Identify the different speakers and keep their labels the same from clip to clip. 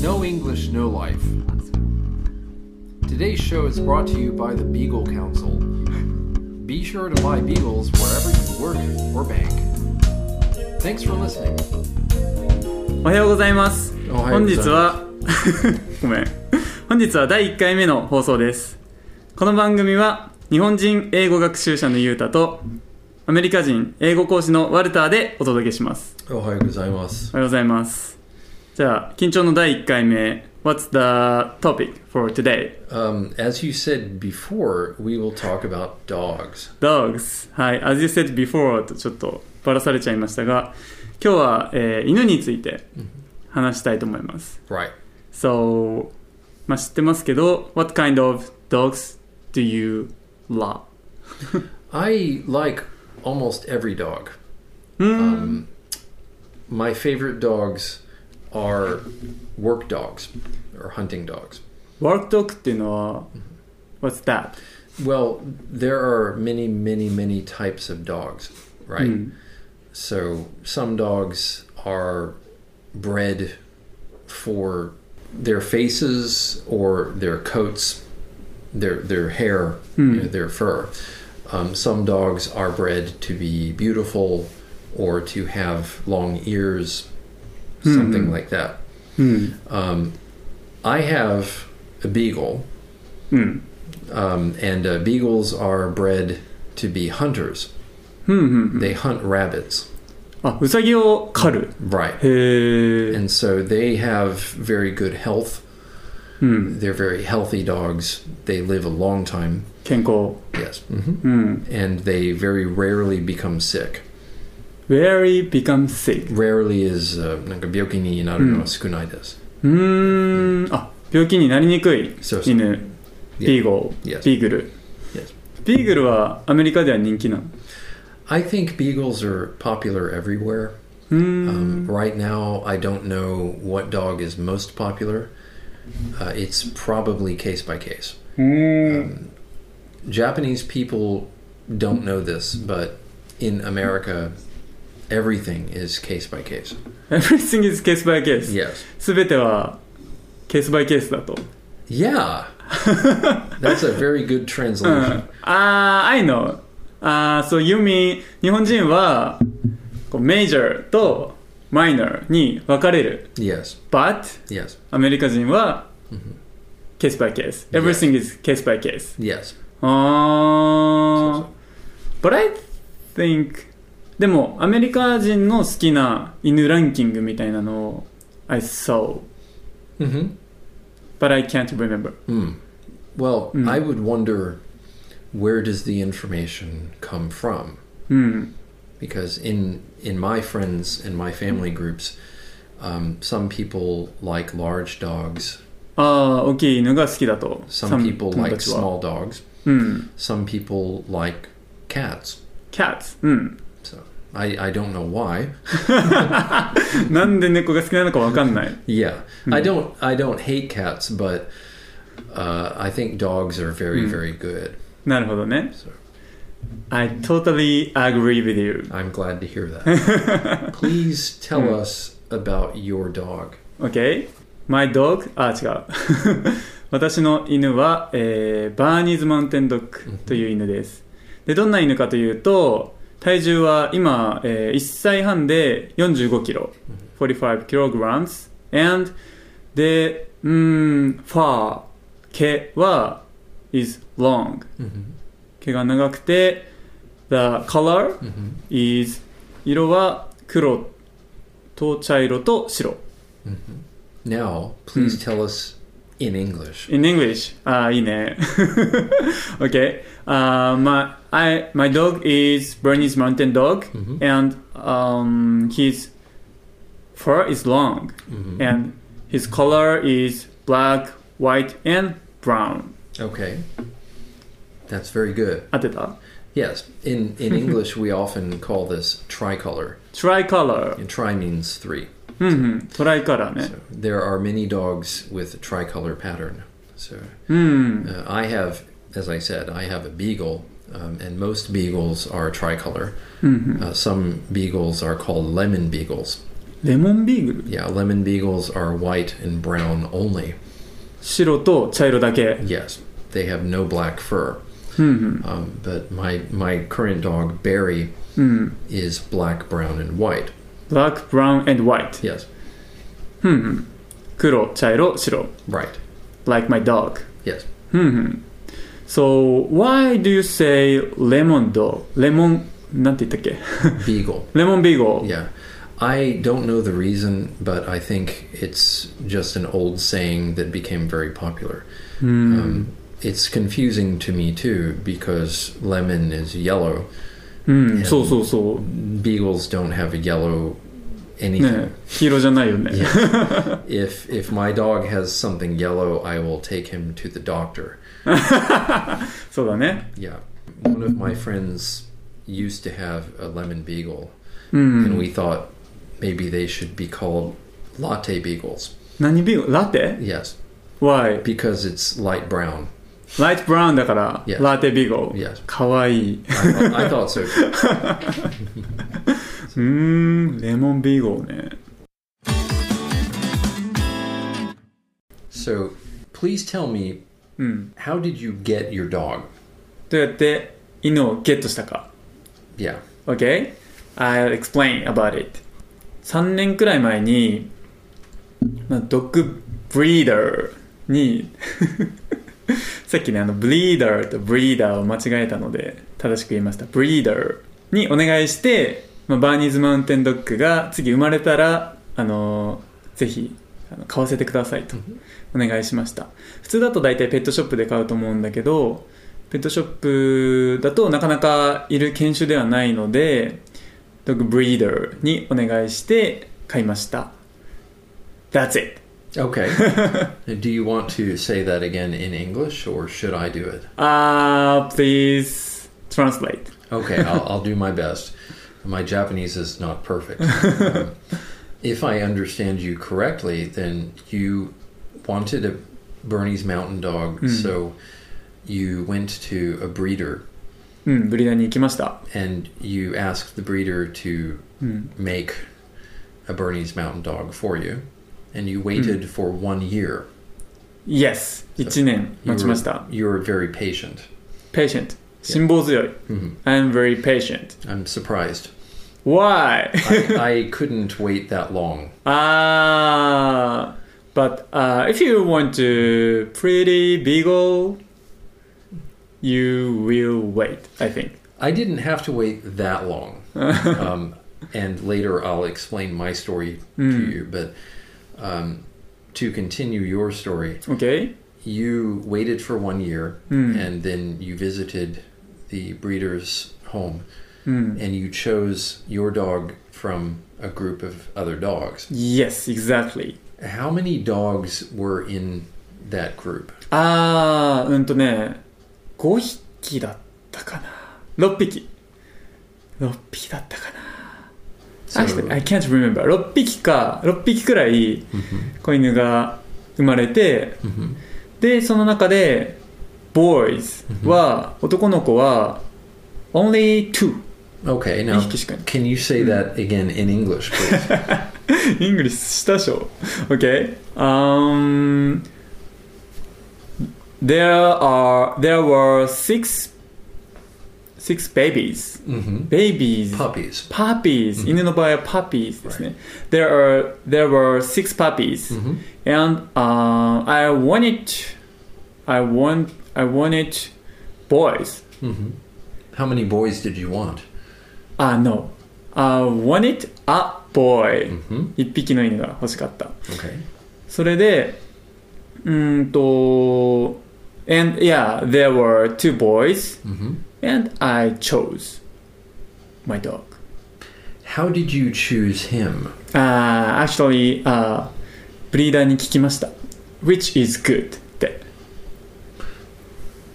Speaker 1: No English, No Life. Today's show is brought to you by the Beagle Council. Be sure to buy beagles wherever you work or bank. Thanks for listening.
Speaker 2: おはようございます
Speaker 1: おはよう
Speaker 2: 本
Speaker 1: ござい
Speaker 2: 日
Speaker 1: ます
Speaker 2: は ごめん本日は第1回目の放送ですこの番組は日本人英語学習者のゆうたとアメリカ人英語講師のワルターでお届けします
Speaker 1: おはようございます。
Speaker 2: おはようございますじゃあ緊張の第1回目 What's the topic for today?
Speaker 1: Um, as you said before, we will talk about dogs.
Speaker 2: Dogs はい As you said before とちょっとバラされちゃいましたが今日は、えー犬について話したいと思います
Speaker 1: Right.
Speaker 2: So, まあ知ってますけど、What kind of dogs do you love?
Speaker 1: I like almost every dog.
Speaker 2: うーん、
Speaker 1: Um, my favorite dogs are work dogs or hunting dogs.
Speaker 2: Work dog っていうのは、What's that?
Speaker 1: Well, there are many, many, many types of dogs, right?
Speaker 2: うん
Speaker 1: So some dogs are bred for their faces or their coats, their their hair,
Speaker 2: Hmm.
Speaker 1: you know, their fur. Um, some dogs are bred to be beautiful or to have long ears, something
Speaker 2: Hmm.
Speaker 1: like that.
Speaker 2: うん。
Speaker 1: Um, I have a beagle,
Speaker 2: うん。
Speaker 1: um, and uh, beagles are bred to be hunters.
Speaker 2: うん。うん。
Speaker 1: They hunt rabbits,
Speaker 2: あ、ウサギを狩る。
Speaker 1: right?
Speaker 2: へー
Speaker 1: And so they have very good health.
Speaker 2: うん。
Speaker 1: They're very healthy dogs. They live a long time.
Speaker 2: 健康。
Speaker 1: Yes.
Speaker 2: Mm-hmm.
Speaker 1: hmm
Speaker 2: うん。
Speaker 1: And they very rarely become sick.
Speaker 2: Very become sick.
Speaker 1: Rarely is uh, なんか病気になるのは少ないです。
Speaker 2: うーん。あ、病気になりにくい。
Speaker 1: そうそう
Speaker 2: 犬。ビーゴー。
Speaker 1: Yes.
Speaker 2: ビーグル
Speaker 1: Yes.。
Speaker 2: ビーグルはアメリカでは人気なの。
Speaker 1: I think beagles are popular everywhere.
Speaker 2: うー
Speaker 1: Um,
Speaker 2: ん。
Speaker 1: right now, I don't know what dog is most popular. Uh, it's probably case by case.
Speaker 2: うーん。
Speaker 1: Japanese people don't know this, but in America, everything is case by case.
Speaker 2: Everything is case by case.
Speaker 1: Yes.
Speaker 2: すべてはケースバイケースだと。
Speaker 1: Yeah. That's a very good
Speaker 2: うん。
Speaker 1: translation.
Speaker 2: ああ、I know. ああ、そう、you mean 日本人はこうメジャーとマイナーに分かれる。
Speaker 1: Yes.
Speaker 2: But
Speaker 1: Yes. Mm-hmm.
Speaker 2: アメリカ人はケースバイケース。Everything is case by case.
Speaker 1: Yes.
Speaker 2: ああ。But I think でもアメリカ人の好きな犬ランキングみたいなのを I saw
Speaker 1: hmm
Speaker 2: but I can't remember.
Speaker 1: Mm. Well,
Speaker 2: Mm.
Speaker 1: I would wonder where does the information come from?
Speaker 2: うん。
Speaker 1: Because in in my friends and my family groups, um, some people like large dogs.
Speaker 2: ああ、大きい犬が好きだと。
Speaker 1: Some
Speaker 2: さん
Speaker 1: people
Speaker 2: 友
Speaker 1: like
Speaker 2: 達は
Speaker 1: small dogs.
Speaker 2: うん。
Speaker 1: Some people like cats.
Speaker 2: cats。うん。
Speaker 1: So I, I don't know why.
Speaker 2: なんで猫が好きなのかわかんない。
Speaker 1: Yeah,
Speaker 2: Hmm.
Speaker 1: I don't I don't hate cats, but uh, I think dogs are very
Speaker 2: Mm.
Speaker 1: very good.
Speaker 2: なるほどね。
Speaker 1: So
Speaker 2: I totally agree with you.
Speaker 1: I'm glad to hear that. Please tell
Speaker 2: Mm.
Speaker 1: us about your dog.
Speaker 2: Okay? My dog? あ、違う。 私の犬は、えーバーニーズマウンテンドッグという犬です。で、どんな犬かというと、体重は今、えー1歳半で45キロ。45 kilograms. And で、うーん、ファー、毛は is long. 毛が長くて The color is 色は黒と茶色と白 Mm-hmm.
Speaker 1: Now, please tell us in English.
Speaker 2: Hmm. In English ああいいね OK あー、まあ I, My dog is Bernese mountain dog
Speaker 1: Mm-hmm.
Speaker 2: and、um, his fur is long
Speaker 1: Mm-hmm.
Speaker 2: and his color is black, white and brown
Speaker 1: Okay, that's very good.
Speaker 2: 当てた
Speaker 1: Yes, in in English we often call this tricolor,
Speaker 2: Tricolor
Speaker 1: and tri means three.
Speaker 2: うんうんトライカラーね
Speaker 1: So there are many dogs with tricolor pattern. So
Speaker 2: うん、
Speaker 1: Uh, I have, as I said, I have a beagle, um, and most beagles are tricolor.
Speaker 2: うんうん
Speaker 1: Uh, some beagles are called lemon beagles.
Speaker 2: レモンビーグル
Speaker 1: Yeah, lemon beagles are white and brown only.
Speaker 2: 白と茶色だけ
Speaker 1: Yes, they have no black fur.
Speaker 2: うんうん、
Speaker 1: Um, but my my current dog Barry is black, brown, and white.
Speaker 2: black, brown and white
Speaker 1: Yes,
Speaker 2: うんうん、黒、茶色、白
Speaker 1: right.
Speaker 2: like my dog
Speaker 1: Yes.
Speaker 2: うんうん。So why do you say lemon dog? lemon なんて言ったっけ
Speaker 1: Beagle.
Speaker 2: ?lemon beagle
Speaker 1: Yeah. I don't know the reason, but I think it's just an old saying that became very popular. Um, it's confusing to me too because lemon is yellow.
Speaker 2: うん、そうそうそう。
Speaker 1: Beagles don't have a yellow
Speaker 2: ね
Speaker 1: anything.
Speaker 2: 黄色じゃないよね。
Speaker 1: If if my dog has something yellow, I will take him to the doctor.
Speaker 2: そうだね。
Speaker 1: Yeah. One of my friends used to have a lemon beagle,
Speaker 2: う
Speaker 1: and
Speaker 2: ん。
Speaker 1: we thought maybe they should be called latte beagles.
Speaker 2: 何ビーグルラテ
Speaker 1: Yes,
Speaker 2: ?Why?
Speaker 1: because it's light brown.
Speaker 2: light brown だから、
Speaker 1: Yeah.
Speaker 2: ラテビーゴル。
Speaker 1: Yes,
Speaker 2: かわいい。
Speaker 1: I, thought- I thought so. too.
Speaker 2: うーん、レモンビーゴルね。
Speaker 1: So, please tell me,
Speaker 2: うん。
Speaker 1: how did you get your dog?
Speaker 2: どうやって犬をゲットしたか
Speaker 1: Yeah.
Speaker 2: Okay? I'll explain about it. 3年くらい前に、まあ、ドッグブリーダーに さっきねあのブリーダーとブリーダーを間違えたので正しく言いましたブリーダーにお願いして、まあ、バーニーズマウンテンドッグが次生まれたらあのぜひあの買わせてくださいとお願いしました普通だと大体ペットショップで買うと思うんだけどペットショップだとなかなかいる犬種ではないのでドッグブリーダーにお願いして買いました That's it
Speaker 1: Okay. do you want to say that again in English, or should I do it?
Speaker 2: Ah, please translate.
Speaker 1: Okay, I'll, I'll do my best. My Japanese is not perfect. Um, if I understand you correctly, then you wanted a Bernese Mountain Dog, so you went to a breeder
Speaker 2: うん、ブリーダーに行きました。
Speaker 1: and you asked the breeder to make a Bernese Mountain Dog for you, and you waited for one year.
Speaker 2: Yes, 1年
Speaker 1: You
Speaker 2: 待ち
Speaker 1: were-
Speaker 2: ました。
Speaker 1: You were very patient.
Speaker 2: Patient, 辛抱強い。
Speaker 1: Mhm.
Speaker 2: I'm very patient.
Speaker 1: I'm surprised.
Speaker 2: Why?
Speaker 1: I, I couldn't wait that long.
Speaker 2: Ah, but uh, if you want to pretty beagle, you will wait. I think.
Speaker 1: I didn't have to wait that long. um, and later I'll explain my story to you. But um, to continue your story,
Speaker 2: Okay.
Speaker 1: you waited for one year
Speaker 2: Mm.
Speaker 1: and then you visited the breeder's home
Speaker 2: うん。
Speaker 1: and you chose your dog from a group of other dogs.
Speaker 2: Yes, exactly.
Speaker 1: How many dogs were in that group?
Speaker 2: あー、うんとね、5匹だったかな。6匹。6匹だったかな。Actually, I can't remember. 6匹か、6匹くらい子犬が生まれて、
Speaker 1: Mhm.
Speaker 2: で、その中で、boys は、男の子は、only two。
Speaker 1: Okay,
Speaker 2: 2
Speaker 1: now
Speaker 2: 匹しかいない。
Speaker 1: can you say that again in English, please?
Speaker 2: English したでしょ。Okay? Um, there are, there were six, six babies.
Speaker 1: hmm
Speaker 2: Babies.
Speaker 1: Puppies.
Speaker 2: puppies、
Speaker 1: Mhm.
Speaker 2: 犬の場合は puppies ですね、there are there were six puppies、
Speaker 1: hmm
Speaker 2: and、uh, I wanted I want I wanted boys
Speaker 1: hmm How many boys did you want?
Speaker 2: ah no I wanted a boy
Speaker 1: hmm
Speaker 2: 一匹の犬が欲しかった
Speaker 1: Okay.
Speaker 2: それでうーんと and yeah there were two boys
Speaker 1: hmm
Speaker 2: and I chose my dog
Speaker 1: How did you choose him?
Speaker 2: Uh, actually, uh, ブリーダーに聞きました。Which is good って。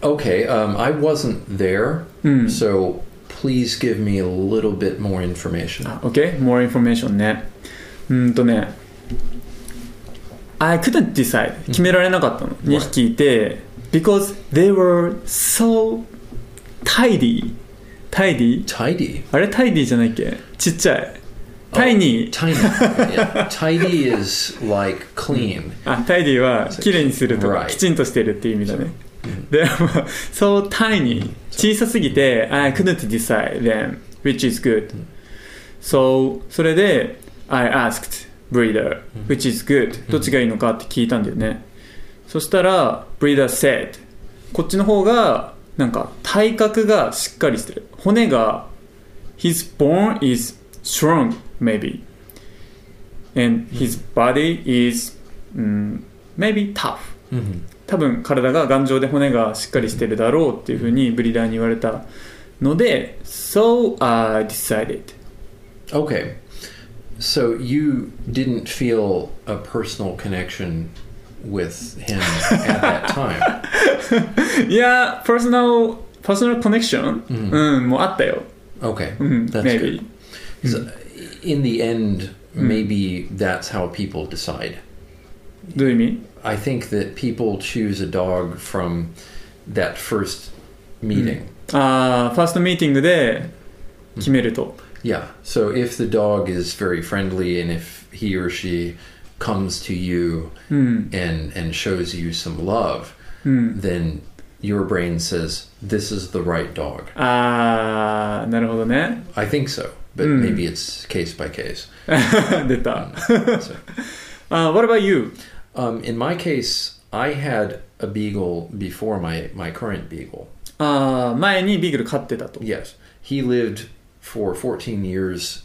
Speaker 1: Okay, um, I wasn't there,
Speaker 2: うん。
Speaker 1: so please give me a little bit more information.
Speaker 2: あ OK? More information ね。うーんとね。I couldn't decide. 決められなかったの。2匹いて。Because they were so tidy. tidy?
Speaker 1: Tidy.
Speaker 2: あれ tidy じゃないっけちっちゃい。 tiny
Speaker 1: Tiny. yeah. Tidy is like clean.
Speaker 2: あタイディは綺麗にするとか
Speaker 1: Right.
Speaker 2: きちんとしてるっていう意味だねでも so tiny 小さすぎて I couldn't decide then which is good so それで I asked breeder which is good どっちがいいのかって聞いたんだよねそしたら breeder said こっちの方がなんか体格がしっかりしてる骨が his bone is strong maybe and his body is、うん、maybe tough 多分体が頑丈で骨がしっかりしてるだろうっていうふうにブリーダーに言われたので So I decided
Speaker 1: Okay. So you didn't feel a personal connection with him at that time.
Speaker 2: いやー personal, personal connection、うん、もうあったよ、
Speaker 1: Mm-hmm. Okay.
Speaker 2: うん、
Speaker 1: That's
Speaker 2: maybe
Speaker 1: good. So in the end, maybe that's how people decide.
Speaker 2: どういう意味
Speaker 1: I think that people choose a dog from that first meeting.
Speaker 2: ああファーストミーティングで決めると、
Speaker 1: Yeah. So if the dog is very friendly and if he or she comes to you and and shows you some love, then your brain says this is the right dog.
Speaker 2: ああなるほどね
Speaker 1: I think so, but maybe it's case by case. Um,
Speaker 2: 出た
Speaker 1: So,
Speaker 2: あー What about you?
Speaker 1: um, in my case, I had a beagle before my my current beagle.
Speaker 2: あー前にビーグル飼ってたと
Speaker 1: Yes, he lived for 14 years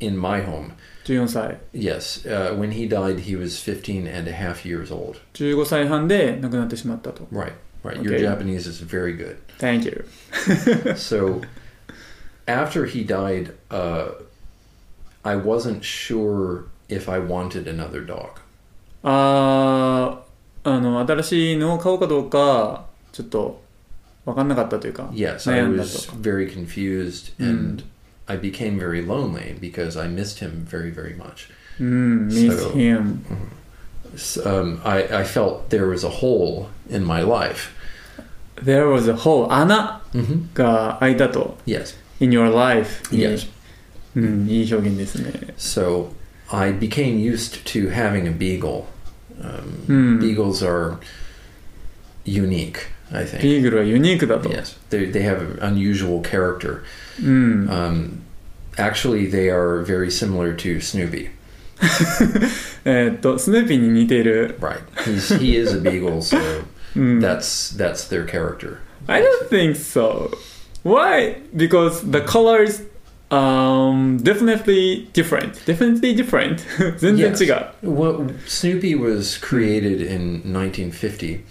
Speaker 1: in my home.
Speaker 2: 14歳
Speaker 1: Yes, uh, when he died, he was 15 and a half years old.
Speaker 2: 15歳半で亡くなってしまったと
Speaker 1: Right, right. Your
Speaker 2: Okay.
Speaker 1: Japanese is very good.
Speaker 2: Thank you
Speaker 1: So, after he died, uh, I wasn't sure if I wanted another dog.
Speaker 2: あーあの新しいのを買おうかどうかちょっと分かんなかったというか
Speaker 1: Yes, I
Speaker 2: 悩んだと
Speaker 1: was very confused and I became very lonely because I missed him very, very much.
Speaker 2: うん Miss
Speaker 1: So-
Speaker 2: him
Speaker 1: S um, I, I felt there was a hole in my life.
Speaker 2: There was a hole 穴
Speaker 1: Mhm.
Speaker 2: が開いたと
Speaker 1: Yes,
Speaker 2: In your life に
Speaker 1: yes.
Speaker 2: うん、いい表現ですね
Speaker 1: So I became used to having a beagle. Um,
Speaker 2: Hmm.
Speaker 1: Beagles are unique, I think.
Speaker 2: ビーグルはユニークだと、
Speaker 1: Yes, they, they have an unusual character.
Speaker 2: うん
Speaker 1: Um, actually, they are very similar to Snoopy.
Speaker 2: えーっとスヌーピーに似ている
Speaker 1: Right, He's, he is a beagle, so
Speaker 2: うん
Speaker 1: that's that's their character.
Speaker 2: I don't think so. Why? Because the colors um definitely different. Definitely different. 全然
Speaker 1: Yes.
Speaker 2: 違う。
Speaker 1: Well, Snoopy was created in 1950,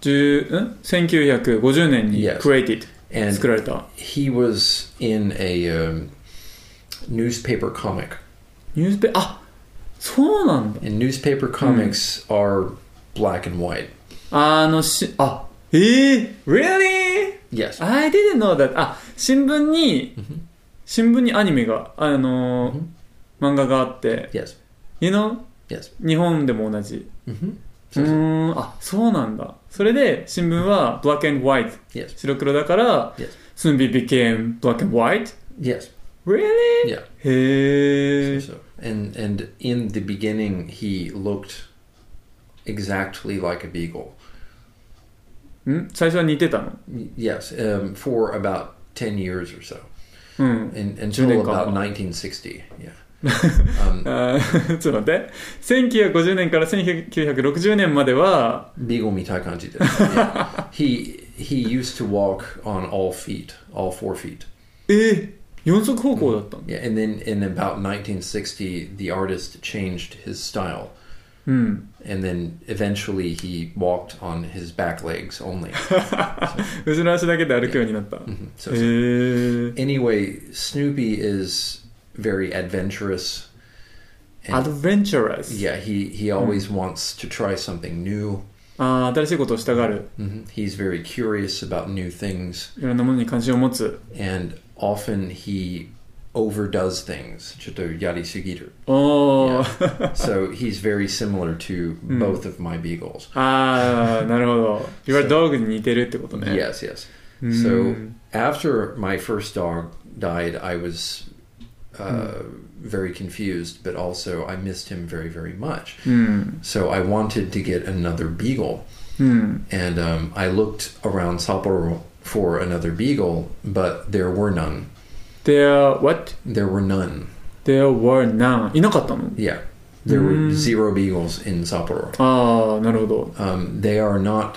Speaker 2: 10ん1950年に
Speaker 1: Yes.
Speaker 2: created、
Speaker 1: and
Speaker 2: 作られた
Speaker 1: he was in a um, newspaper comic.
Speaker 2: ニュースペあそうなんだ
Speaker 1: And newspaper comics are black and white.
Speaker 2: あのしあえー、really
Speaker 1: Yes.
Speaker 2: I didn't know that あ新聞に、新聞にアニメがあのー漫画があって、
Speaker 1: Yes.
Speaker 2: you know
Speaker 1: Yes.
Speaker 2: 日本でも同じ
Speaker 1: hmm
Speaker 2: うーんあそうなんだそれで新聞は black and white
Speaker 1: Yes.
Speaker 2: 白黒だから、
Speaker 1: Yes.
Speaker 2: Snoopy became black and white
Speaker 1: Yes.
Speaker 2: really?
Speaker 1: Yeah.
Speaker 2: へえ
Speaker 1: So, and and in the beginning, he looked exactly like a beagle.
Speaker 2: ん最初は似てたの
Speaker 1: Y- Yes. Um, for about ten years or so,
Speaker 2: うん
Speaker 1: and
Speaker 2: June
Speaker 1: until about
Speaker 2: Kong.
Speaker 1: 1960. Yeah. Um,
Speaker 2: あー ちょっと待って1950年から1960年までは
Speaker 1: beagle mitai kanji. Yeah. He he used to walk on all feet, all four feet.
Speaker 2: えー、四足歩行だったの
Speaker 1: Yeah, and then in about 1960, the artist changed his style,
Speaker 2: うん、
Speaker 1: and then eventually he walked on his back legs only.
Speaker 2: 後ろ足だけで歩くようになったへ
Speaker 1: Mhm. so,
Speaker 2: えー、
Speaker 1: anyway, Snoopy is very adventurous. And,
Speaker 2: adventurous、
Speaker 1: yeah, he he always wants to try something new.
Speaker 2: あー新しいことをしたがる
Speaker 1: hmm He's very curious about new things,
Speaker 2: いろんなものに関心を持つ
Speaker 1: and often he overdoes things. ちょっと yarisugiru.
Speaker 2: おお、
Speaker 1: so he's very similar to both of my beagles.
Speaker 2: ああなるほど Your dog に似てるってことね
Speaker 1: Yes, yes.
Speaker 2: うん
Speaker 1: So after my first dog died, I was uh, very confused, but also I missed him very, very much.
Speaker 2: うん。
Speaker 1: So I wanted to get another beagle,
Speaker 2: うん。
Speaker 1: and um, I looked around Sapporo for another beagle, but there were none.
Speaker 2: There, what?
Speaker 1: There were none.
Speaker 2: There were none. いなかったの
Speaker 1: Yeah, there
Speaker 2: Mm.
Speaker 1: were zero beagles in Sapporo.
Speaker 2: ああ、なるほど。
Speaker 1: Um, they are not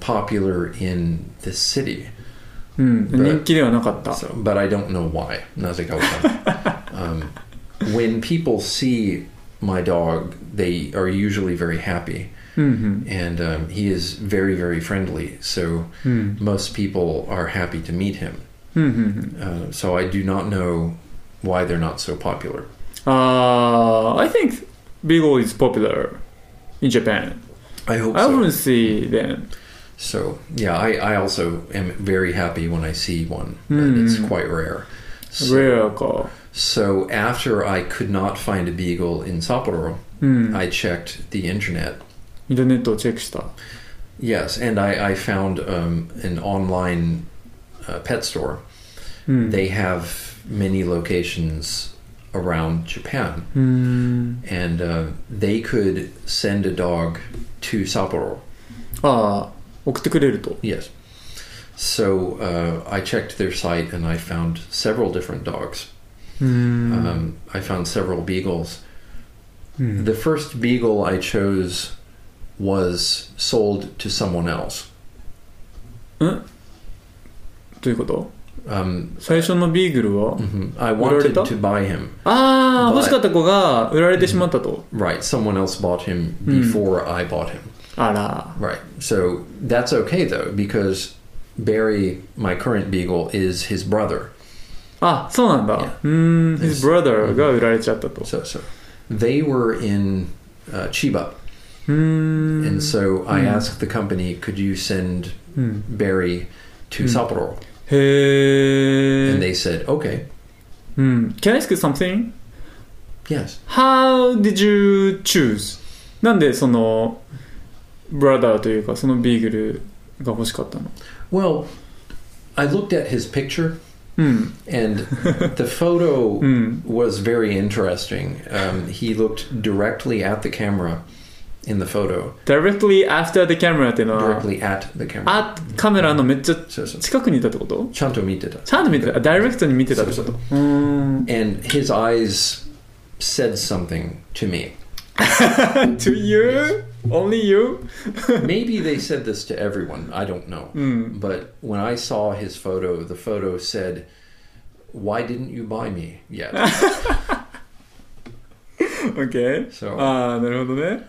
Speaker 1: popular in the city,
Speaker 2: うん。
Speaker 1: But-
Speaker 2: 人気ではなかった。
Speaker 1: so, but I don't know why. Nazikawa. um, when people see my dog, they are usually very happy,
Speaker 2: うん。
Speaker 1: and um, he is very, very friendly. So
Speaker 2: うん。
Speaker 1: most people are happy to meet him.
Speaker 2: うん。うん。うん。
Speaker 1: Uh, so I do not know why they're not so popular.
Speaker 2: ああ、I think Beagle is popular in Japan.
Speaker 1: I hope
Speaker 2: I
Speaker 1: so.
Speaker 2: often see them.
Speaker 1: So yeah, I, I also am very happy when I see one, but
Speaker 2: Hmm.
Speaker 1: it's quite rare. So,
Speaker 2: Rare か。
Speaker 1: so after I could not find a beagle in Sapporo,
Speaker 2: うん。
Speaker 1: I checked the internet.
Speaker 2: インターネットをチェックした。
Speaker 1: Yes, and I, I found um, an online uh, pet store.
Speaker 2: うん。
Speaker 1: They have many locations around Japan,
Speaker 2: うーん。
Speaker 1: and uh, they could send a dog to Sapporo.
Speaker 2: ああ、送ってくれると。
Speaker 1: Yes. So uh, I checked their site and I found several different dogs.
Speaker 2: うーん。
Speaker 1: Um, I found several beagles.
Speaker 2: うん。
Speaker 1: The first beagle I chose was sold to someone else.
Speaker 2: ということ
Speaker 1: Um,
Speaker 2: 最初のビーグルは
Speaker 1: mhm. I wanted
Speaker 2: Wanted to-
Speaker 1: to buy him.
Speaker 2: ああ、
Speaker 1: But-
Speaker 2: 欲しかった子が売られてしまったと。
Speaker 1: Right. Someone else bought him
Speaker 2: Mm.
Speaker 1: before I bought him.
Speaker 2: あら。
Speaker 1: Right. So that's okay though, because Barry, my current beagle, is his brother.
Speaker 2: あ、そうなんだ。
Speaker 1: Yeah.
Speaker 2: うーん、his
Speaker 1: Yes.
Speaker 2: brother が売られちゃったと。う
Speaker 1: So, so they were in uh, Chiba.
Speaker 2: ーん。
Speaker 1: And so I
Speaker 2: Mm.
Speaker 1: asked the company, could you send
Speaker 2: うん、
Speaker 1: Barry to
Speaker 2: Mm. Eh.
Speaker 1: Sapporo?
Speaker 2: へ
Speaker 1: And
Speaker 2: え。
Speaker 1: they said, okay,
Speaker 2: うん。Can I ask you something?
Speaker 1: yes.
Speaker 2: How did you choose? なんでその、brother というか、そのビーグルが欲しかったの
Speaker 1: Well, I looked at his picture,
Speaker 2: うん。
Speaker 1: and the photo
Speaker 2: うん。
Speaker 1: was very interesting. Um, he looked directly at the camera in the photo,
Speaker 2: directly after the camera っていうのは、
Speaker 1: directly at the camera.
Speaker 2: あ、カメラのめっちゃ
Speaker 1: So, so,
Speaker 2: 近くにいたってことち
Speaker 1: ちゃんと見てた。
Speaker 2: ゃんと見てた。ダイレクトに見てたってこと。うーん。
Speaker 1: And his eyes said something to me.
Speaker 2: to you? Only you?
Speaker 1: Maybe they said this to everyone. I don't know.
Speaker 2: うん。
Speaker 1: But when I saw his photo, the photo said, "Why didn't you buy me yet?"
Speaker 2: OK?
Speaker 1: So,
Speaker 2: ああ、なるほどね。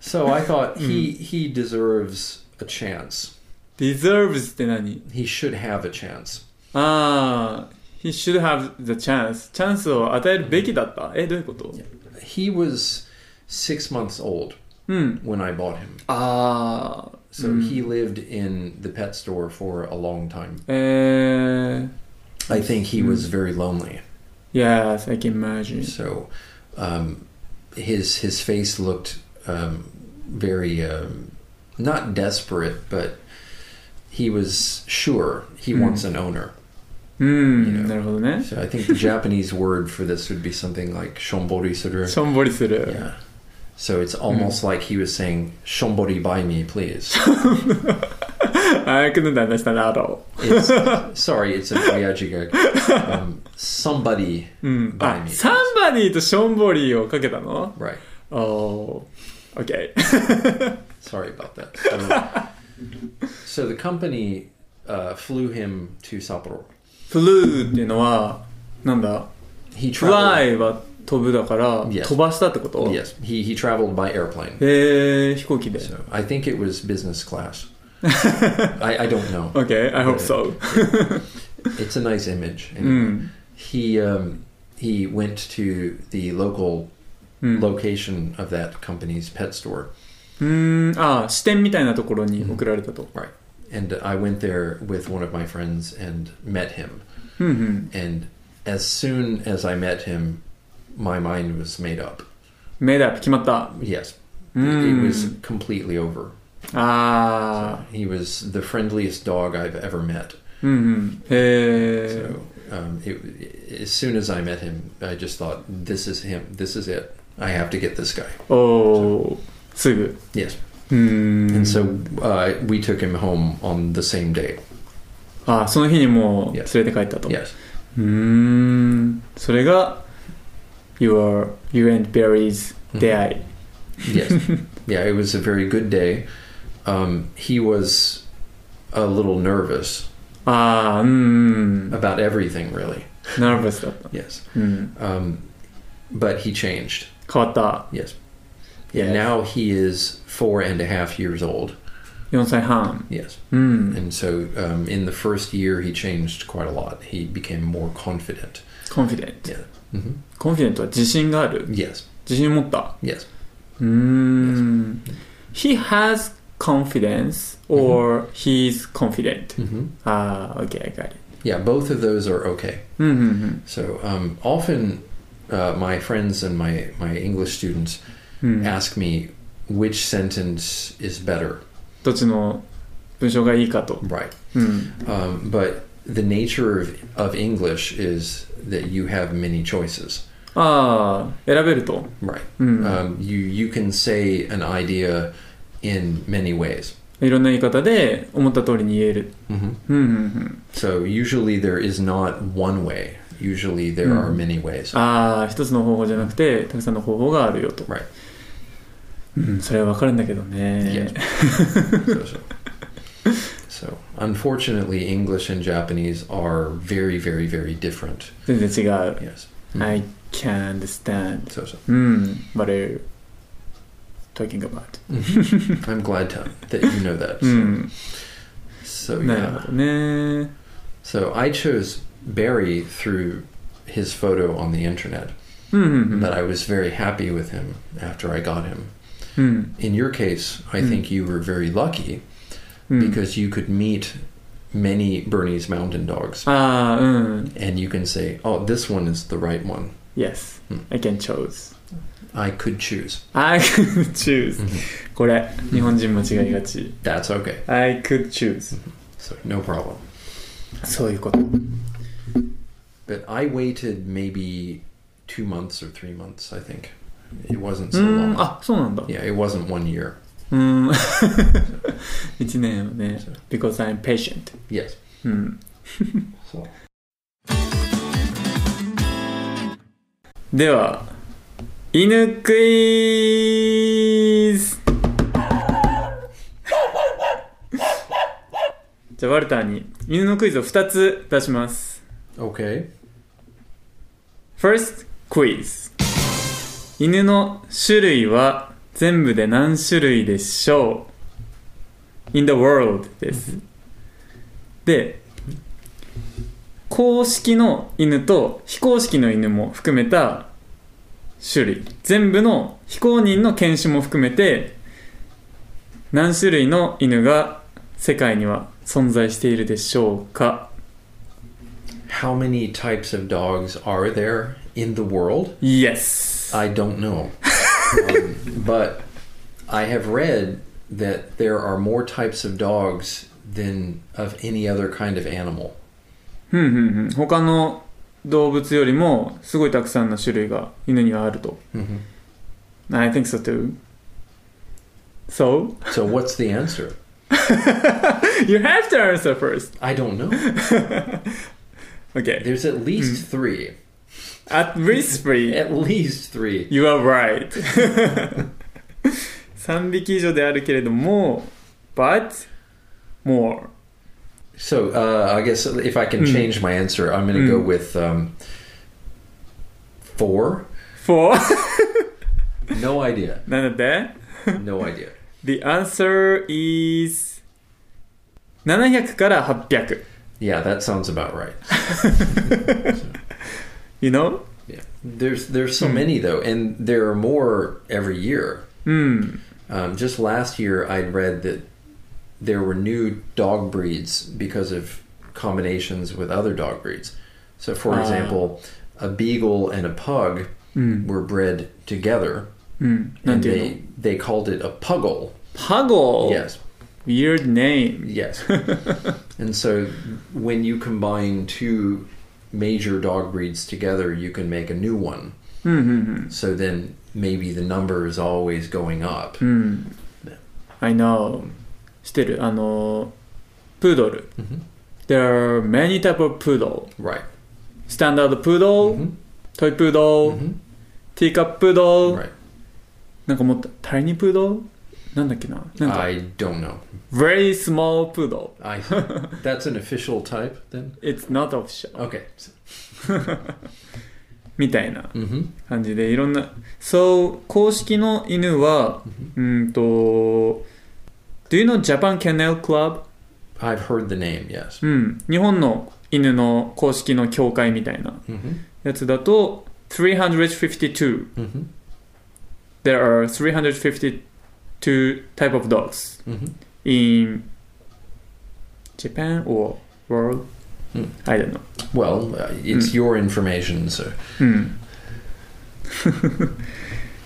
Speaker 1: so I thought he he deserves a chance.
Speaker 2: deserves って何
Speaker 1: He should have a chance.
Speaker 2: ああ、he should have the chance. チャンスを与えるべきだった。え、どういうこと
Speaker 1: He was six months old
Speaker 2: うん。
Speaker 1: when I bought him,
Speaker 2: ああ、
Speaker 1: so he lived in the pet store for a long time.
Speaker 2: えー、
Speaker 1: I think he was very lonely.
Speaker 2: yes, I can imagine.
Speaker 1: So, um, his his face looked um, very um, not desperate, but he was sure he
Speaker 2: Hmm.
Speaker 1: wants an owner. You
Speaker 2: うん、
Speaker 1: know.
Speaker 2: なるほどね。
Speaker 1: So I think the Japanese word for this would be something like shombori suru.
Speaker 2: しょんぼりする。
Speaker 1: Yeah. So it's almost like he was saying shombori buy me, please.
Speaker 2: I couldn't understand at all.
Speaker 1: It's, sorry, it's a voyage Um Somebody
Speaker 2: うん。
Speaker 1: Buy
Speaker 2: あ、
Speaker 1: me.
Speaker 2: サンバディとしょんぼりをかけたの
Speaker 1: right.
Speaker 2: ?Oh, OK.
Speaker 1: Sorry about that. So, so the company uh, flew him to Sapporo.
Speaker 2: flew っていうのは、なんだ
Speaker 1: He traveled.
Speaker 2: fly は飛ぶだから、
Speaker 1: Yes.
Speaker 2: 飛ばしたってこと
Speaker 1: Yes, he he traveled by airplane.
Speaker 2: へえ、飛行機で。
Speaker 1: So I think it was business class. I, I don't know.
Speaker 2: OK, I hope so.
Speaker 1: It's a nice image.
Speaker 2: う
Speaker 1: Anyway.
Speaker 2: ん。
Speaker 1: He um, he went to the local
Speaker 2: うん。
Speaker 1: location of that company's pet store,
Speaker 2: うーん、ああ、支店みたいなところに送られたと。
Speaker 1: and I went there with one of my friends and met him.
Speaker 2: うんうん。
Speaker 1: And as soon as I met him, my mind was made up.
Speaker 2: メダップ決まった。
Speaker 1: Yes, it
Speaker 2: うん。
Speaker 1: was completely over.
Speaker 2: ああ。Uh.
Speaker 1: He was the friendliest dog I've ever met.
Speaker 2: うんうん。へえ。
Speaker 1: So um, it, as soon as I met him, I just thought, this is him. This is it. I have to get this guy.
Speaker 2: おおーすぐ
Speaker 1: Yes.
Speaker 2: うーん
Speaker 1: And so uh, we took him home on the same day.
Speaker 2: あその日にもう
Speaker 1: Yes.
Speaker 2: 連れて帰ったと、
Speaker 1: Yes.
Speaker 2: うーんそれが your you and Barry's 出会い、
Speaker 1: Yes. yeah, it was a very good day. Um, he was a little nervous
Speaker 2: ああうんうん
Speaker 1: about everything, really.
Speaker 2: ナーバスだった、
Speaker 1: Yes.
Speaker 2: うん、
Speaker 1: Um, but he changed.
Speaker 2: 変わった、
Speaker 1: Yes. Yeah,
Speaker 2: Yes.
Speaker 1: now he is four and a half years old.
Speaker 2: 4歳半
Speaker 1: Yes.
Speaker 2: うん
Speaker 1: And so um, in the first year, he changed quite a lot. He became more confident.
Speaker 2: コンフィデント
Speaker 1: Yeah. hmm
Speaker 2: コンフィデントは自信がある
Speaker 1: Yes.
Speaker 2: 自信を持った
Speaker 1: Yes.
Speaker 2: うーん He has confidence or he's confident
Speaker 1: hmm
Speaker 2: ああ OK I got it
Speaker 1: Yeah, both of those are okay.
Speaker 2: うんうんうん
Speaker 1: So um, often, uh, my friends and my, my English students
Speaker 2: うん、
Speaker 1: ask me which sentence is better.
Speaker 2: どっちの文章がいいかと、
Speaker 1: Right.
Speaker 2: うん、
Speaker 1: Um, but the nature of, of English is that you have many choices.
Speaker 2: ああ選べると、
Speaker 1: Right.
Speaker 2: うん
Speaker 1: Um, you, you can say an idea in many ways.
Speaker 2: いろんな言い方で思った通りに言える、
Speaker 1: hmm
Speaker 2: うんうんうん、
Speaker 1: So usually there is not one way. Usually there are
Speaker 2: Mm.
Speaker 1: many ways.
Speaker 2: ああ一つの方法じゃなくてたくさんの方法があるよと、
Speaker 1: Right.
Speaker 2: うん、それは分かるんだけどね、
Speaker 1: So, so. so unfortunately, English and Japanese are very, very, very different.
Speaker 2: 全然違う、
Speaker 1: Yes. Hmm.
Speaker 2: I can understand
Speaker 1: So, so.
Speaker 2: うん what are you talking about
Speaker 1: I'm glad to, that you know that.
Speaker 2: うん
Speaker 1: So
Speaker 2: なる
Speaker 1: yeah.
Speaker 2: ほどね
Speaker 1: So I chose Barry through his photo on the internet.
Speaker 2: うんうんう
Speaker 1: But
Speaker 2: ん
Speaker 1: I was very happy with him after I got him.
Speaker 2: うん、
Speaker 1: In your case, I
Speaker 2: Mm.
Speaker 1: think you were very lucky
Speaker 2: うん、
Speaker 1: because you could meet many Bernese mountain dogs.
Speaker 2: ああうん
Speaker 1: and you can say, "Oh, this one is the right one.
Speaker 2: Yes
Speaker 1: うん
Speaker 2: I can choose
Speaker 1: I could choose."
Speaker 2: I could choose
Speaker 1: うん
Speaker 2: これ日本人間違いがち
Speaker 1: That's okay.
Speaker 2: I could choose
Speaker 1: So no problem.
Speaker 2: そういうこと
Speaker 1: But I waited maybe two months or three months. I think it wasn't
Speaker 2: う
Speaker 1: so
Speaker 2: ん
Speaker 1: long.
Speaker 2: あそうなんだ
Speaker 1: Yeah, it wasn't one year.
Speaker 2: うーん 一年はね
Speaker 1: So,
Speaker 2: because I'm patient
Speaker 1: yes.
Speaker 2: うん
Speaker 1: So
Speaker 2: では犬クイズじゃあワルターに犬のクイズを2つ出します
Speaker 1: okay.
Speaker 2: First quiz 犬の種類は全部で何種類でしょう ?In the world です。で、公式の犬と非公式の犬も含めた種類、全部の非公認の犬種も含めて何種類の犬が世界には存在しているでしょうか
Speaker 1: How many types of dogs are there in the world?
Speaker 2: ?Yes!
Speaker 1: I don't know. um, but I have read that there are more types of dogs than of any other kind of animal.
Speaker 2: うんうんうん他の動物よりもすごいたくさんの種類が犬にはあると。
Speaker 1: hmm
Speaker 2: I think so too. So,
Speaker 1: So what's the answer?
Speaker 2: you have to answer first.
Speaker 1: I don't know.
Speaker 2: Okay.
Speaker 1: There's at least
Speaker 2: Mm.
Speaker 1: three.
Speaker 2: At least three.
Speaker 1: At least three.
Speaker 2: You are right. 3匹以上であるけれども、but more.
Speaker 1: So uh, I guess if I can
Speaker 2: Mm.
Speaker 1: change my answer, I'm going to go
Speaker 2: Mm.
Speaker 1: with um, four.
Speaker 2: Four.
Speaker 1: No idea.
Speaker 2: なので、
Speaker 1: No idea.
Speaker 2: the answer is 700から800。
Speaker 1: Yeah, that sounds about right.
Speaker 2: You know?
Speaker 1: Yeah. There's there's so many though, and there are more every year.
Speaker 2: うん。
Speaker 1: Um, just last year, I'd read that there were new dog breeds because of combinations with other dog breeds. So, for
Speaker 2: Ah.
Speaker 1: example, a beagle and a pug
Speaker 2: うん。
Speaker 1: were bred together,
Speaker 2: うん。なん
Speaker 1: and
Speaker 2: ていうの
Speaker 1: they they called it a puggle.
Speaker 2: パゴ
Speaker 1: Yes,
Speaker 2: Weird name.
Speaker 1: yes. and so, when you combine two major dog breeds together, you can make a new one.
Speaker 2: うんうん
Speaker 1: So then maybe the number is always going up.
Speaker 2: うんうん I know してるあのプードル
Speaker 1: Mhm.
Speaker 2: There are many type of poodle
Speaker 1: Right.
Speaker 2: Standard poodle
Speaker 1: Mhm.
Speaker 2: Toy poodle
Speaker 1: Mhm.
Speaker 2: Teacup poodle
Speaker 1: Right.
Speaker 2: なんかもっと Tiny poodle なんだっけななんか
Speaker 1: I don't know.
Speaker 2: Very small poodle
Speaker 1: I that's an official type then.
Speaker 2: It's not official
Speaker 1: Okay.
Speaker 2: みたいな
Speaker 1: Mm-hmm.
Speaker 2: 感じでいろんな So 公式の犬は
Speaker 1: Mm-hmm.
Speaker 2: うーんと Do you know Japan Kennel Club?
Speaker 1: I've heard the name. Yes.
Speaker 2: うん日本の犬の公式の協会みたいな
Speaker 1: Mm-hmm.
Speaker 2: やつだと352
Speaker 1: Mm-hmm.
Speaker 2: There are 352 type of dogs
Speaker 1: Mm-hmm.
Speaker 2: in Japan or world?
Speaker 1: うん
Speaker 2: I don't know
Speaker 1: Well, uh, it's
Speaker 2: Mm.
Speaker 1: your information, so
Speaker 2: うん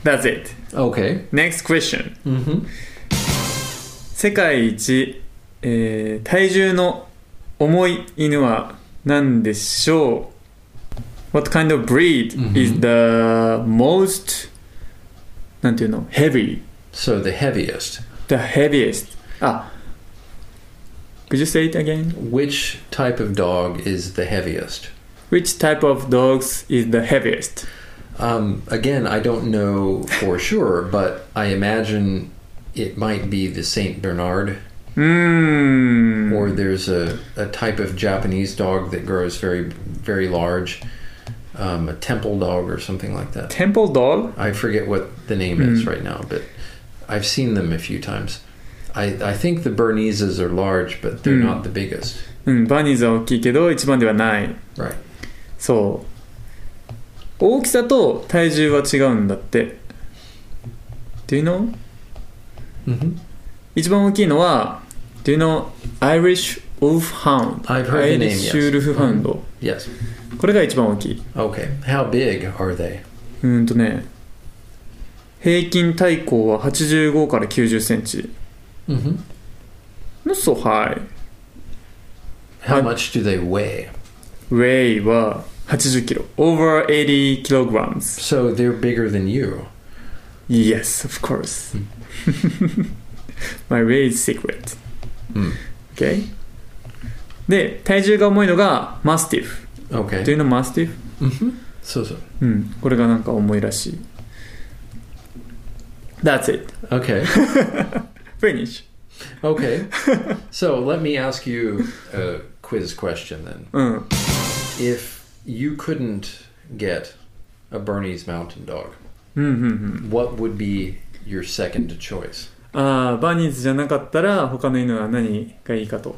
Speaker 2: That's it
Speaker 1: okay.
Speaker 2: Next question
Speaker 1: Mm-hmm.
Speaker 2: 世界一、えー体重の重い犬は何でしょう ?What kind of breed
Speaker 1: うん
Speaker 2: is the most なんていうの ?heavy
Speaker 1: So the heaviest.
Speaker 2: the heaviest あ Could you say it again?
Speaker 1: Which type of dog is the heaviest?
Speaker 2: Which type of dogs is the heaviest?
Speaker 1: Um, again, I don't know for sure, but I imagine it might be the Saint Bernard,
Speaker 2: うーん
Speaker 1: or there's a, a type of Japanese dog that grows very, very large, um, a temple dog or something like that.
Speaker 2: Temple dog?
Speaker 1: I forget what the name is
Speaker 2: Mm.
Speaker 1: right now, but I've seen them a few times. I, I think the Berneses are large, but they're
Speaker 2: Mm.
Speaker 1: not the biggest.
Speaker 2: うん、バニーズは大きいけど一番ではない
Speaker 1: Right.
Speaker 2: そう大きさと体重は違うんだってっていうの
Speaker 1: Mm-hmm.
Speaker 2: 一番大きいのは Do you know Irish Wolfhound?
Speaker 1: I've heard the name, yes.
Speaker 2: アイリッシュウルフハンド、
Speaker 1: Yes.
Speaker 2: これが一番大きい
Speaker 1: Okay. How big are they?
Speaker 2: うーんとね平均体高は85から90センチ
Speaker 1: Mm-hmm.
Speaker 2: Not so high
Speaker 1: How
Speaker 2: I-
Speaker 1: much do they weigh?
Speaker 2: Weigh は80キロ Over 80 kilograms
Speaker 1: So they're bigger than you.
Speaker 2: Yes, of course My weigh is secret
Speaker 1: Mm.
Speaker 2: Okay? で、体重が重いのがマスティフ。
Speaker 1: Okay.
Speaker 2: というのマスティフ
Speaker 1: Mm-hmm. So so.
Speaker 2: うん。これがなんか重いらしい。That's it.
Speaker 1: Okay.
Speaker 2: Finish.
Speaker 1: Okay. so let me ask you a quiz question then.
Speaker 2: うん。
Speaker 1: If you couldn't get a Bernese Mountain Dog,
Speaker 2: うんうんうん。
Speaker 1: what would be your second choice?
Speaker 2: ああ、バニーズじゃなかったら他の犬は何がいいかと。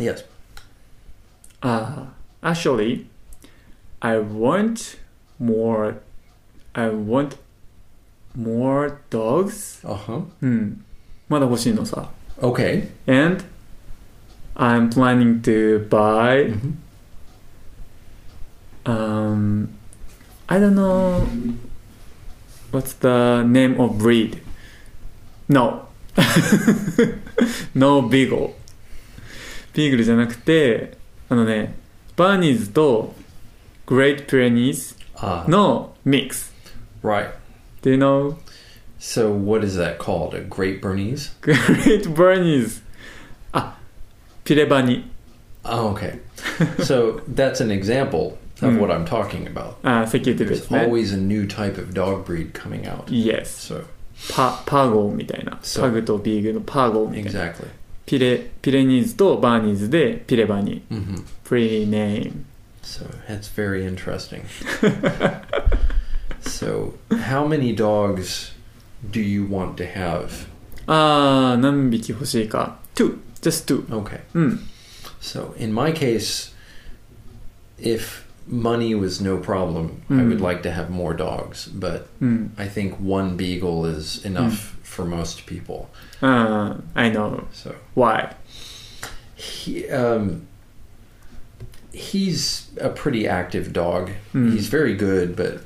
Speaker 1: Yes.
Speaker 2: ああ、actually, I want more, I want more dogs.
Speaker 1: Uh huh.
Speaker 2: うん。まだ欲しいのさ。
Speaker 1: Okay.
Speaker 2: And I'm planning to buy
Speaker 1: Mm-hmm.
Speaker 2: Um, I don't know what's the name of breed. No, no beagle. ビーグルじゃなくて、あのね、バーニーズとグレートピレニーズ
Speaker 1: Uh,
Speaker 2: のミックス。
Speaker 1: Right.
Speaker 2: Do you know?
Speaker 1: So what is that called? A Great Bernese?
Speaker 2: グレートバーニーズ。あ、ピレバニ。
Speaker 1: Oh, okay. so that's an example of
Speaker 2: Mm.
Speaker 1: what I'm talking about.
Speaker 2: あ、セキュリティで
Speaker 1: There's
Speaker 2: すね。
Speaker 1: always a new type of dog breed coming out.
Speaker 2: Yes.
Speaker 1: So
Speaker 2: パ、パーゴーみたいな。
Speaker 1: そう
Speaker 2: パグとビーグルのパーゴーみたいな。
Speaker 1: exactly.
Speaker 2: ピレ、ピレニーズとバーニーズでピレバニー。
Speaker 1: hmm
Speaker 2: pretty name.
Speaker 1: So that's very interesting. so how many dogs do you want to have?
Speaker 2: ああ、何匹欲しいか。two, just two.
Speaker 1: Okay.
Speaker 2: うん。
Speaker 1: So in my case, if money was no problem, I
Speaker 2: Mm.
Speaker 1: would like to have more dogs, but
Speaker 2: うん。
Speaker 1: I think one beagle is enough for most people.
Speaker 2: ああ、I know.
Speaker 1: So
Speaker 2: Why?
Speaker 1: he um he's a pretty active dog
Speaker 2: Mm.
Speaker 1: he's very good but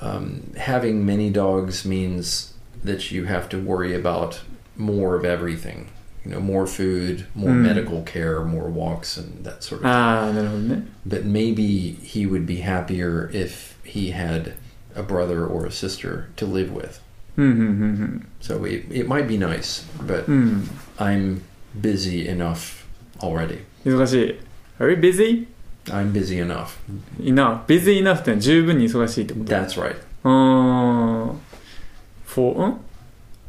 Speaker 1: um, having many dogs means that you have to worry about more of everything you know, more food, more
Speaker 2: Mm.
Speaker 1: medical care, more walks, and that sort of thing.
Speaker 2: ああなるほどね
Speaker 1: But maybe he would be happier if he had a brother or a sister to live with.
Speaker 2: うんうん
Speaker 1: So it, it might be nice, but
Speaker 2: うんうん
Speaker 1: I'm busy enough already.
Speaker 2: うん忙しい Are you busy?
Speaker 1: I'm busy enough.
Speaker 2: enough busy enough ってのは十分に忙しいってこと
Speaker 1: That's right.
Speaker 2: うーん for ん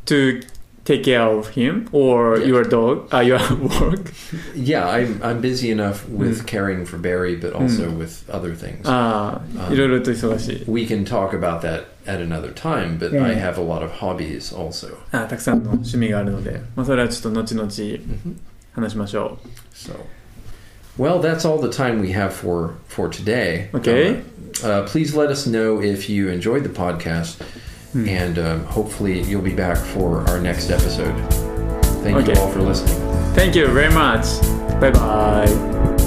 Speaker 2: to take care of him or
Speaker 1: Yeah.
Speaker 2: your dog、uh, your work
Speaker 1: Yeah, I'm, I'm busy enough with caring for Barry, but also with other things.
Speaker 2: ああ
Speaker 1: Um,
Speaker 2: いろいろと忙しい
Speaker 1: we can talk about that at another time, but I have a lot of hobbies also.
Speaker 2: ああたくさんの趣味があるので、まあ、それはちょっと後々 Mm-hmm. 話しましょ
Speaker 1: So, well, that's all the time we have for for today.
Speaker 2: Okay.
Speaker 1: Uh, uh, please let us know if you enjoyed the podcast,
Speaker 2: Hmm.
Speaker 1: and um, hopefully you'll be back for our next episode. Thank
Speaker 2: Okay.
Speaker 1: you all for listening.
Speaker 2: う Thank you very much! バイバイ